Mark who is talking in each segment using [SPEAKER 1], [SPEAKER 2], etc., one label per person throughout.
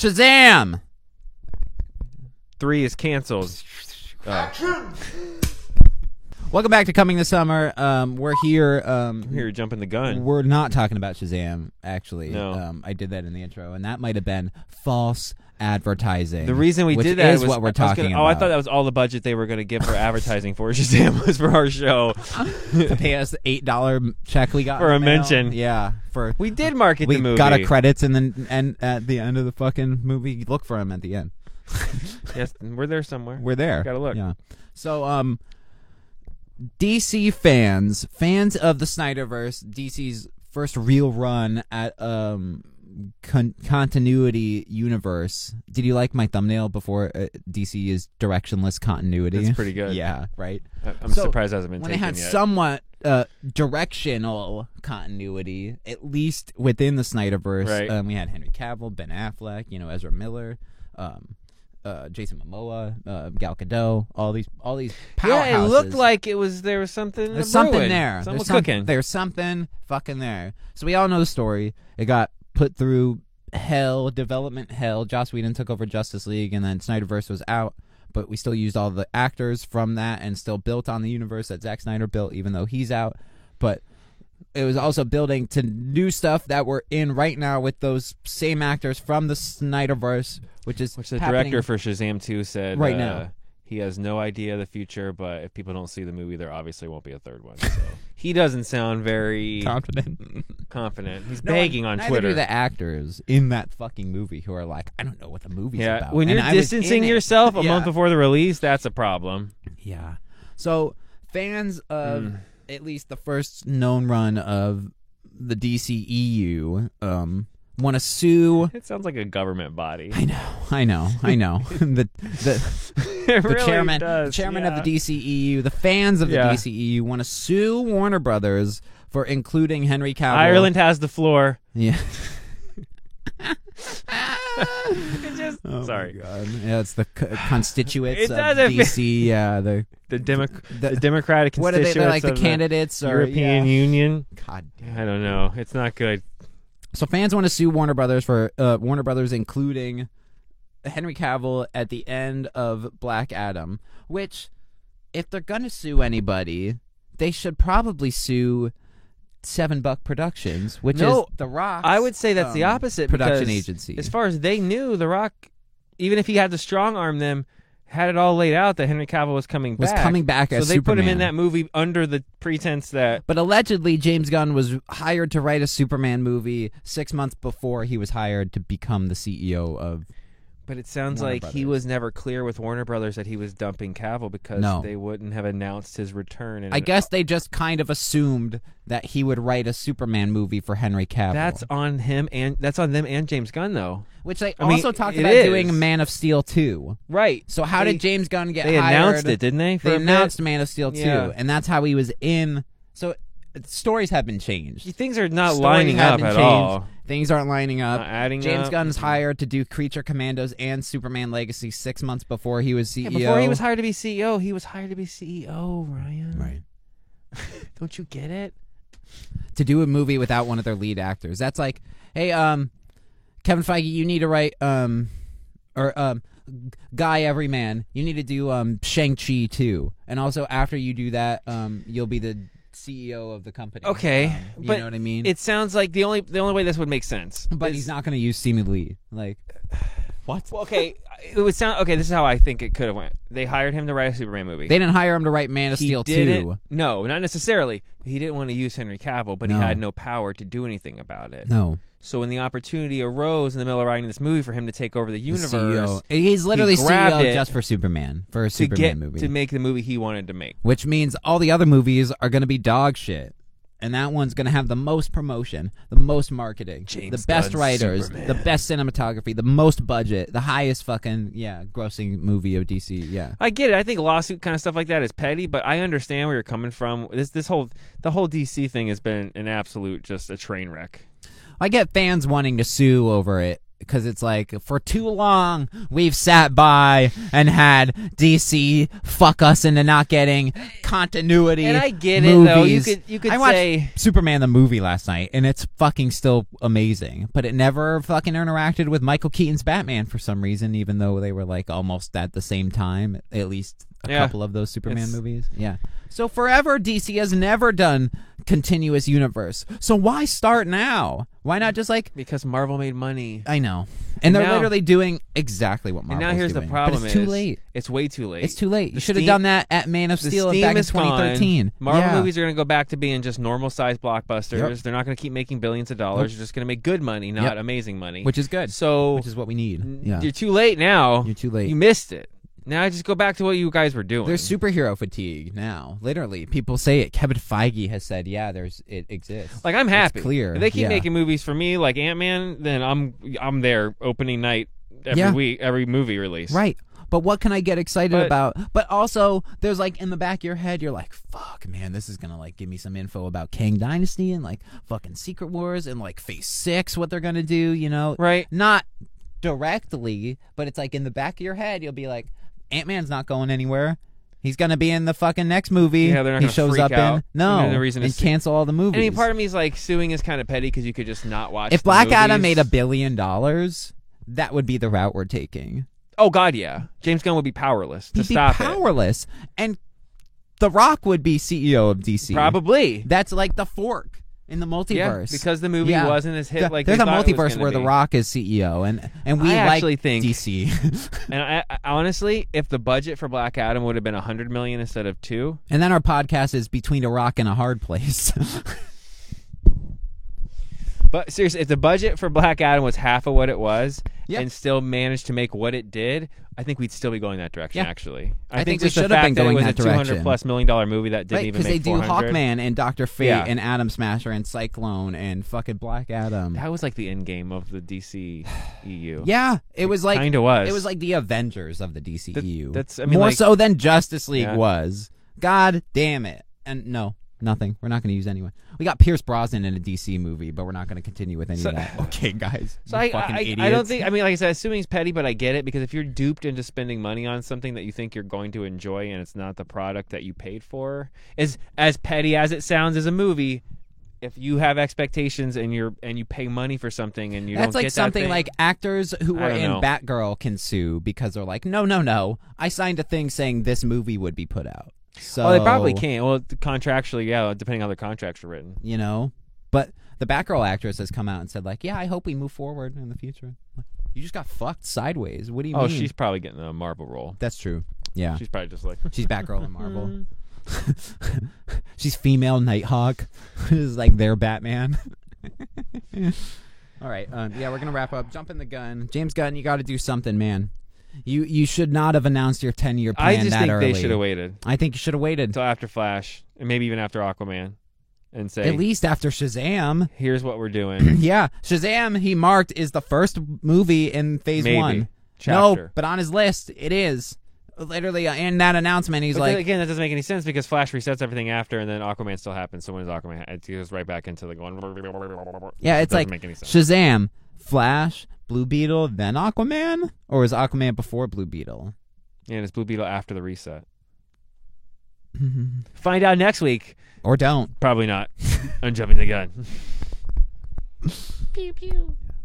[SPEAKER 1] Shazam!
[SPEAKER 2] Three is canceled. Oh,
[SPEAKER 1] Welcome back to Coming This Summer. Um, we're here. Um,
[SPEAKER 2] here, you're jumping the gun.
[SPEAKER 1] We're not talking about Shazam, actually.
[SPEAKER 2] No.
[SPEAKER 1] Um, I did that in the intro, and that might have been false advertising.
[SPEAKER 2] The reason we
[SPEAKER 1] which
[SPEAKER 2] did that
[SPEAKER 1] is
[SPEAKER 2] was-
[SPEAKER 1] what we're
[SPEAKER 2] I was gonna-
[SPEAKER 1] talking
[SPEAKER 2] Oh, I
[SPEAKER 1] about.
[SPEAKER 2] thought that was all the budget they were going to get for advertising for Shazam was for our show.
[SPEAKER 1] to pay us eight dollar check we got
[SPEAKER 2] For
[SPEAKER 1] in
[SPEAKER 2] a
[SPEAKER 1] the mail.
[SPEAKER 2] mention.
[SPEAKER 1] Yeah, for
[SPEAKER 2] We did market
[SPEAKER 1] we
[SPEAKER 2] the movie.
[SPEAKER 1] got a credits and then and at the end of the fucking movie, look for him at the end.
[SPEAKER 2] Yes, we're there somewhere.
[SPEAKER 1] We're there.
[SPEAKER 2] Gotta look.
[SPEAKER 1] Yeah. So um, DC fans, fans of the Snyderverse, DC's first real run at um. Con- continuity universe. Did you like my thumbnail before uh, DC is directionless continuity?
[SPEAKER 2] That's pretty good.
[SPEAKER 1] Yeah, right.
[SPEAKER 2] I- I'm
[SPEAKER 1] So,
[SPEAKER 2] surprised it hasn't been
[SPEAKER 1] when it
[SPEAKER 2] taken
[SPEAKER 1] had
[SPEAKER 2] yet.
[SPEAKER 1] somewhat uh, directional continuity, at least within the Snyderverse.
[SPEAKER 2] Right.
[SPEAKER 1] Um, we had Henry Cavill, Ben Affleck, you know Ezra Miller, um, uh, Jason Momoa, uh, Gal Gadot, all these all these powerhouses.
[SPEAKER 2] yeah, it looked like it was there was something.
[SPEAKER 1] there's something
[SPEAKER 2] brewing.
[SPEAKER 1] there.
[SPEAKER 2] Something
[SPEAKER 1] There's, some-
[SPEAKER 2] cooking.
[SPEAKER 1] there's something fucking there. So we all know the story. It got put through hell, development hell. Joss Whedon took over Justice League, and then Snyderverse was out. But we still used all the actors from that, and still built on the universe that Zack Snyder built, even though he's out. But it was also building to new stuff that we're in right now with those same actors from the Snyderverse, which is
[SPEAKER 2] Which the
[SPEAKER 1] happening-
[SPEAKER 2] director for Shazam 2 said
[SPEAKER 1] Right
[SPEAKER 2] uh,
[SPEAKER 1] now.
[SPEAKER 2] He has no idea of the future, but if people don't see the movie, there obviously won't be a third one. So. he doesn't sound very
[SPEAKER 1] confident.
[SPEAKER 2] confident. He's
[SPEAKER 1] No,
[SPEAKER 2] begging on
[SPEAKER 1] neither
[SPEAKER 2] Twitter.
[SPEAKER 1] do the actors in that fucking movie who are like, I don't know what the movie's
[SPEAKER 2] yeah,
[SPEAKER 1] about.
[SPEAKER 2] when
[SPEAKER 1] And
[SPEAKER 2] you're
[SPEAKER 1] I was in
[SPEAKER 2] distancing
[SPEAKER 1] it.
[SPEAKER 2] yourself a
[SPEAKER 1] Yeah.
[SPEAKER 2] month before the release, that's a problem.
[SPEAKER 1] Yeah. So fans of
[SPEAKER 2] Mm.
[SPEAKER 1] at least the first known run of the DCEU um, want to sue.
[SPEAKER 2] It sounds like a government body.
[SPEAKER 1] I know, I know, I know. the the
[SPEAKER 2] It
[SPEAKER 1] the
[SPEAKER 2] really
[SPEAKER 1] chairman,
[SPEAKER 2] does,
[SPEAKER 1] the chairman
[SPEAKER 2] yeah.
[SPEAKER 1] of the DCEU, the fans of the
[SPEAKER 2] Yeah.
[SPEAKER 1] DCEU want to sue Warner Brothers for including Henry Cavill.
[SPEAKER 2] Ireland has the floor.
[SPEAKER 1] Yeah.
[SPEAKER 2] It just,
[SPEAKER 1] Oh my
[SPEAKER 2] sorry,
[SPEAKER 1] God. Yeah, it's the co- constituents
[SPEAKER 2] It
[SPEAKER 1] of
[SPEAKER 2] doesn't fit.
[SPEAKER 1] DC. Yeah, the
[SPEAKER 2] the, Demo-
[SPEAKER 1] the-
[SPEAKER 2] the, Democratic
[SPEAKER 1] what are they? They're
[SPEAKER 2] constituents
[SPEAKER 1] like the
[SPEAKER 2] of
[SPEAKER 1] candidates or
[SPEAKER 2] European
[SPEAKER 1] yeah.
[SPEAKER 2] Union.
[SPEAKER 1] God damn.
[SPEAKER 2] I don't know. It's not good.
[SPEAKER 1] So fans want to sue Warner Brothers for uh, Warner Brothers including Henry Cavill at the end of Black Adam, which if they're gonna sue anybody, they should probably sue Seven Buck Productions, which
[SPEAKER 2] No,
[SPEAKER 1] is The Rock.
[SPEAKER 2] I would say that's the
[SPEAKER 1] um,
[SPEAKER 2] opposite
[SPEAKER 1] production
[SPEAKER 2] because
[SPEAKER 1] agency.
[SPEAKER 2] As far as they knew, The Rock, even if he had to strong arm them, had it all laid out that Henry Cavill was coming
[SPEAKER 1] Was
[SPEAKER 2] back.
[SPEAKER 1] coming back
[SPEAKER 2] so
[SPEAKER 1] as
[SPEAKER 2] they put him in
[SPEAKER 1] Superman.
[SPEAKER 2] that movie under the pretense that
[SPEAKER 1] But allegedly, James Gunn was hired to write a Superman movie six months before he was hired to become the CEO of.
[SPEAKER 2] But it sounds
[SPEAKER 1] Warner
[SPEAKER 2] like he
[SPEAKER 1] Brothers.
[SPEAKER 2] was never clear with Warner Brothers that he was dumping Cavill because
[SPEAKER 1] No.
[SPEAKER 2] they wouldn't have announced his return. And
[SPEAKER 1] I guess they just kind of assumed that he would write a Superman movie for Henry Cavill.
[SPEAKER 2] that's on him and that's on them and James Gunn though.
[SPEAKER 1] which they
[SPEAKER 2] I mean,
[SPEAKER 1] also talked
[SPEAKER 2] it
[SPEAKER 1] about
[SPEAKER 2] is.
[SPEAKER 1] doing Man of Steel two.
[SPEAKER 2] Right.
[SPEAKER 1] So how
[SPEAKER 2] They-
[SPEAKER 1] did James Gunn get?
[SPEAKER 2] They
[SPEAKER 1] hired?
[SPEAKER 2] announced it, didn't they? for
[SPEAKER 1] They
[SPEAKER 2] a bit?
[SPEAKER 1] announced Man of Steel two,
[SPEAKER 2] Yeah.
[SPEAKER 1] and that's how he was in. So uh, stories have been changed.
[SPEAKER 2] Things are not
[SPEAKER 1] Stories
[SPEAKER 2] lining
[SPEAKER 1] have
[SPEAKER 2] up
[SPEAKER 1] been
[SPEAKER 2] at
[SPEAKER 1] changed.
[SPEAKER 2] all.
[SPEAKER 1] Things aren't lining up.
[SPEAKER 2] Not adding
[SPEAKER 1] James
[SPEAKER 2] up.
[SPEAKER 1] Gunn's hired to do Creature Commandos and Superman Legacy six months before he was E CEO.
[SPEAKER 2] Yeah, before he was hired to be CEO, he was hired to be CEO, Ryan.
[SPEAKER 1] Right.
[SPEAKER 2] Don't you get it?
[SPEAKER 1] to do a movie without one of their lead actors. That's like, hey, um, Kevin Feige, you need to write, um, or um, G- Guy Everyman, you need to do um Shang Chi too, and also after you do that, um, you'll be the CEO of the company.
[SPEAKER 2] Okay,
[SPEAKER 1] Um, you
[SPEAKER 2] but
[SPEAKER 1] know what I mean.
[SPEAKER 2] It sounds like the only the only way this would make sense.
[SPEAKER 1] but
[SPEAKER 2] is-
[SPEAKER 1] he's not going to use Simu Lee. Like, what?
[SPEAKER 2] Well, okay, it would sound okay. This is how I think it could have went. They hired him to write a Superman movie.
[SPEAKER 1] They didn't hire him to write Man of
[SPEAKER 2] he
[SPEAKER 1] Steel
[SPEAKER 2] didn't-
[SPEAKER 1] two.
[SPEAKER 2] No, not necessarily. He didn't want to use Henry Cavill, but
[SPEAKER 1] No.
[SPEAKER 2] he had no power to do anything about it.
[SPEAKER 1] No,
[SPEAKER 2] So when the opportunity arose in the middle of writing this movie for him to take over the
[SPEAKER 1] the E
[SPEAKER 2] universe
[SPEAKER 1] CEO. He's literally
[SPEAKER 2] grabbed
[SPEAKER 1] CEO
[SPEAKER 2] it
[SPEAKER 1] just for Superman for a
[SPEAKER 2] to
[SPEAKER 1] Superman
[SPEAKER 2] get
[SPEAKER 1] movie
[SPEAKER 2] to make the movie he wanted to make.
[SPEAKER 1] which means all the other movies are going to be dog shit. And that one's going to have the most promotion, the most marketing,
[SPEAKER 2] James
[SPEAKER 1] the best
[SPEAKER 2] Gunn's
[SPEAKER 1] writers,
[SPEAKER 2] Superman.
[SPEAKER 1] the best cinematography, the most budget, the highest fucking, yeah, grossing movie of DC. Yeah.
[SPEAKER 2] I get it. I think lawsuit kind of stuff like that is petty, but I understand where you're coming from. This this whole the whole DC thing has been an absolute just a train wreck.
[SPEAKER 1] I get fans wanting to sue over it because it's like for too long we've sat by and had DC fuck us into not getting continuity.
[SPEAKER 2] And I get it though. You
[SPEAKER 1] movies.
[SPEAKER 2] could you could
[SPEAKER 1] I watched
[SPEAKER 2] say
[SPEAKER 1] Superman the movie last night, and it's fucking still amazing. But it never fucking interacted with Michael Keaton's Batman for some reason, even though they were like almost at the same time, at least a
[SPEAKER 2] Yeah.
[SPEAKER 1] couple of those Superman
[SPEAKER 2] It's-
[SPEAKER 1] movies. Yeah. So forever, DC has never done continuous universe. So why start now? Why not just like
[SPEAKER 2] because Marvel made money.
[SPEAKER 1] I know, and they're
[SPEAKER 2] now-
[SPEAKER 1] literally doing exactly what
[SPEAKER 2] and
[SPEAKER 1] Marvel's
[SPEAKER 2] now here's the
[SPEAKER 1] doing.
[SPEAKER 2] problem:
[SPEAKER 1] But it's too
[SPEAKER 2] is
[SPEAKER 1] late.
[SPEAKER 2] It's way too late.
[SPEAKER 1] It's too late. You
[SPEAKER 2] The
[SPEAKER 1] should have
[SPEAKER 2] steam-
[SPEAKER 1] done that at Man of
[SPEAKER 2] The
[SPEAKER 1] Steel
[SPEAKER 2] steam
[SPEAKER 1] back in
[SPEAKER 2] is gone.
[SPEAKER 1] 2013.
[SPEAKER 2] Marvel
[SPEAKER 1] Yeah.
[SPEAKER 2] movies are going to go back to being just normal sized blockbusters.
[SPEAKER 1] Yep.
[SPEAKER 2] They're not going to keep making billions of dollars. They're just going to make good money, not amazing money.
[SPEAKER 1] which is good,
[SPEAKER 2] so
[SPEAKER 1] which is what we need.
[SPEAKER 2] n-
[SPEAKER 1] Yeah,
[SPEAKER 2] you're too late now.
[SPEAKER 1] you're too late.
[SPEAKER 2] You missed it. Now just go back to what you guys were doing.
[SPEAKER 1] There's superhero fatigue now. Literally, people say it. Kevin Feige has said, "Yeah, there's it exists."
[SPEAKER 2] like I'm happy.
[SPEAKER 1] clear,
[SPEAKER 2] If they keep
[SPEAKER 1] yeah.
[SPEAKER 2] making movies for me, like Ant Man, then I'm I'm there opening night every
[SPEAKER 1] Yeah.
[SPEAKER 2] week, every movie release.
[SPEAKER 1] right. But what can I get excited
[SPEAKER 2] But-
[SPEAKER 1] about? But also, there's like in the back of your head, you're like, "Fuck, man, this is gonna like give me some info about Kang Dynasty and like fucking Secret Wars and like Phase Six, what they're gonna do." You know,
[SPEAKER 2] Right.
[SPEAKER 1] not directly, but it's like in the back of your head, you'll be like, Ant Man's not going anywhere. He's gonna be in the fucking next movie.
[SPEAKER 2] Yeah, they're not
[SPEAKER 1] he
[SPEAKER 2] gonna
[SPEAKER 1] shows
[SPEAKER 2] freak
[SPEAKER 1] up in
[SPEAKER 2] out.
[SPEAKER 1] no
[SPEAKER 2] And the reason
[SPEAKER 1] and
[SPEAKER 2] is-
[SPEAKER 1] cancel all the movies.
[SPEAKER 2] I mean, part of me is like suing is kind of petty because you could just not watch.
[SPEAKER 1] if
[SPEAKER 2] the
[SPEAKER 1] Black Adam
[SPEAKER 2] movies.
[SPEAKER 1] made a billion dollars, that would be the route we're taking.
[SPEAKER 2] oh god, yeah, James Gunn would be powerless to
[SPEAKER 1] He'd be
[SPEAKER 2] stop it.
[SPEAKER 1] powerless, and The Rock would be CEO of DC.
[SPEAKER 2] Probably,
[SPEAKER 1] That's like the fork in the multiverse.
[SPEAKER 2] yeah, because the movie
[SPEAKER 1] Yeah.
[SPEAKER 2] wasn't as hit.
[SPEAKER 1] The-
[SPEAKER 2] like
[SPEAKER 1] there's
[SPEAKER 2] they
[SPEAKER 1] a
[SPEAKER 2] thought it
[SPEAKER 1] multiverse
[SPEAKER 2] was gonna
[SPEAKER 1] where The
[SPEAKER 2] be.
[SPEAKER 1] Rock is CEO, and and we
[SPEAKER 2] I
[SPEAKER 1] like
[SPEAKER 2] actually think-
[SPEAKER 1] DC.
[SPEAKER 2] And I, I- honestly, if the budget for Black Adam would have been a hundred million instead of two,
[SPEAKER 1] And then our podcast is between a rock and a hard place.
[SPEAKER 2] but seriously, if the budget for Black Adam was half of what it was,
[SPEAKER 1] Yeah.
[SPEAKER 2] and still managed to make what it did, I think we'd still be going that direction.
[SPEAKER 1] Yeah.
[SPEAKER 2] Actually,
[SPEAKER 1] I think
[SPEAKER 2] think,
[SPEAKER 1] we
[SPEAKER 2] just the
[SPEAKER 1] should have
[SPEAKER 2] fact
[SPEAKER 1] been
[SPEAKER 2] that
[SPEAKER 1] going
[SPEAKER 2] it was
[SPEAKER 1] that
[SPEAKER 2] a two
[SPEAKER 1] direction.
[SPEAKER 2] hundred plus million dollar movie that didn't
[SPEAKER 1] right?
[SPEAKER 2] even
[SPEAKER 1] Because
[SPEAKER 2] make
[SPEAKER 1] they do
[SPEAKER 2] 400.
[SPEAKER 1] Hawkman and Doctor Fate
[SPEAKER 2] Yeah.
[SPEAKER 1] and Adam Smasher and Cyclone and fucking Black Adam.
[SPEAKER 2] That was like the end game of the DC EU.
[SPEAKER 1] yeah, it was like
[SPEAKER 2] kind of was.
[SPEAKER 1] it was like the Avengers of the DCU.
[SPEAKER 2] that's- I mean,
[SPEAKER 1] more
[SPEAKER 2] like-
[SPEAKER 1] so than Justice League
[SPEAKER 2] Yeah.
[SPEAKER 1] was. God damn it! And no, nothing. We're not going to use anyone. We got Pierce Brosnan in a DC movie, but we're not going to continue with any
[SPEAKER 2] So-
[SPEAKER 1] of that. Okay, guys.
[SPEAKER 2] So
[SPEAKER 1] you
[SPEAKER 2] I,
[SPEAKER 1] fucking
[SPEAKER 2] I,
[SPEAKER 1] idiots.
[SPEAKER 2] I don't think. I mean, like I said, assuming it's petty, but I get it because if you're duped into spending money on something that you think you're going to enjoy and it's not the product that you paid for, is as petty as it sounds as a movie. If you have expectations and you're and you pay money for something and you
[SPEAKER 1] That's
[SPEAKER 2] don't
[SPEAKER 1] like
[SPEAKER 2] get
[SPEAKER 1] something
[SPEAKER 2] that thing,
[SPEAKER 1] like actors who
[SPEAKER 2] I
[SPEAKER 1] were
[SPEAKER 2] don't
[SPEAKER 1] in
[SPEAKER 2] know.
[SPEAKER 1] Batgirl can sue because they're like, no, no, no, I signed a thing saying this movie would be put out. So
[SPEAKER 2] well, oh, they probably
[SPEAKER 1] oh.
[SPEAKER 2] can't. Well, contractually, yeah, depending on how their contracts are written.
[SPEAKER 1] you know. But the Batgirl actress has come out and said like, yeah, I hope we move forward in the future. Like, you just got fucked sideways. What do you
[SPEAKER 2] Oh,
[SPEAKER 1] mean?
[SPEAKER 2] she's probably getting a Marvel role.
[SPEAKER 1] That's true. Yeah, Hmm.
[SPEAKER 2] She's probably just like
[SPEAKER 1] she's Batgirl in Marvel. she's female Nighthawk. Who's like their Batman. All right. Um, yeah, we're gonna wrap up. Jump in the gun, James Gunn. You got to do something, man. You you should not have announced your ten year plan
[SPEAKER 2] I just
[SPEAKER 1] that
[SPEAKER 2] think
[SPEAKER 1] early.
[SPEAKER 2] they should have waited
[SPEAKER 1] I think you should have waited
[SPEAKER 2] until after Flash and maybe even after Aquaman, and say
[SPEAKER 1] at least after Shazam.
[SPEAKER 2] here's what we're doing.
[SPEAKER 1] yeah, Shazam. He marked is the first movie in Phase
[SPEAKER 2] Maybe.
[SPEAKER 1] One.
[SPEAKER 2] Chapter.
[SPEAKER 1] No, but on his list it is. Literally uh, in that announcement, he's
[SPEAKER 2] But then
[SPEAKER 1] like,
[SPEAKER 2] again, that doesn't make any sense because Flash resets everything after, and then Aquaman still happens. So when is Aquaman? It goes right back into the going.
[SPEAKER 1] Yeah, it's
[SPEAKER 2] doesn't
[SPEAKER 1] like
[SPEAKER 2] make any sense.
[SPEAKER 1] Shazam, Flash, Blue Beetle, then Aquaman, or is Aquaman before Blue Beetle?
[SPEAKER 2] Yeah, and it's Blue Beetle after the reset. Find out next week.
[SPEAKER 1] or don't,
[SPEAKER 2] Probably not. I'm jumping the gun.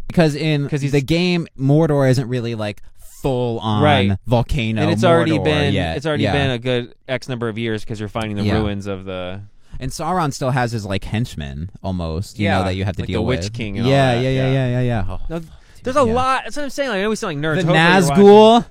[SPEAKER 1] because in
[SPEAKER 2] 'Cause he's-
[SPEAKER 1] the game, Mordor isn't really like full on
[SPEAKER 2] Right.
[SPEAKER 1] volcano.
[SPEAKER 2] and it's already
[SPEAKER 1] Mordor
[SPEAKER 2] been
[SPEAKER 1] yet.
[SPEAKER 2] it's already
[SPEAKER 1] Yeah.
[SPEAKER 2] been a good X number of years because you're finding the
[SPEAKER 1] Yeah.
[SPEAKER 2] ruins of the
[SPEAKER 1] and Sauron still has his like henchmen almost. You know
[SPEAKER 2] Yeah,
[SPEAKER 1] that you have to
[SPEAKER 2] like the
[SPEAKER 1] deal
[SPEAKER 2] Witch
[SPEAKER 1] with.
[SPEAKER 2] King and all
[SPEAKER 1] yeah,
[SPEAKER 2] that,
[SPEAKER 1] yeah, yeah, yeah, yeah, yeah. Oh,
[SPEAKER 2] No, there's a
[SPEAKER 1] Yeah.
[SPEAKER 2] lot. That's what I'm saying. Like, I know we sound like nerds.
[SPEAKER 1] The
[SPEAKER 2] Hopefully you're watching-
[SPEAKER 1] Nazgul.